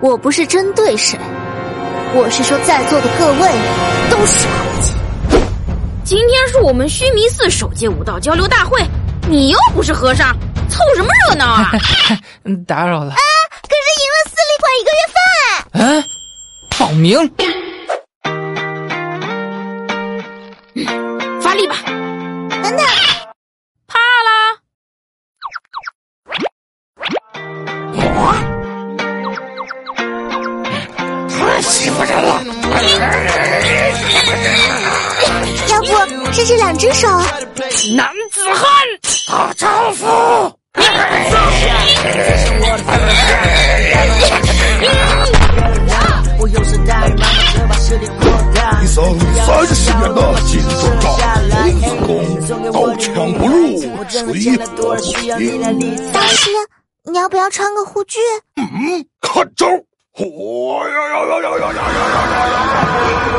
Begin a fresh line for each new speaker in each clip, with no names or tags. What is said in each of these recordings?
我不是针对谁，我是说在座的各位都是垃圾。
今天是我们须弥寺首届武道交流大会，你又不是和尚，凑什么热闹 啊？
嗯打扰了。
可是赢了私立馆一个月份。
哎，报名。
发力吧！
等等，
怕啦！
要不试试两只手？
啊男子汉，
我有时大雨，慢慢的把视力扩大。
一层三十元的金手铐，童子功，刀枪不入，水火不侵。
大师，你要不要穿个护具？
嗯，看招！火呀呀呀呀呀呀呀呀！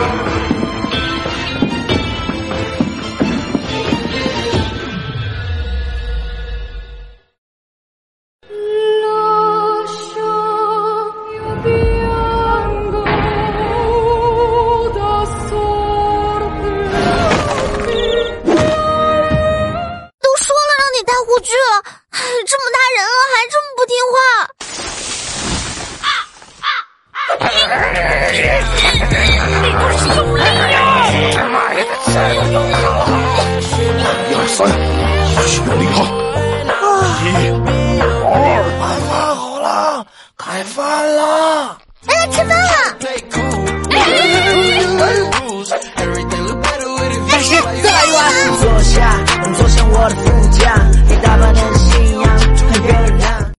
都说了让你戴护具了，唉这么大人了还这么不听话。
一二三，需要领航。一，二，晚饭好了，开饭啦！
哎，吃饭了。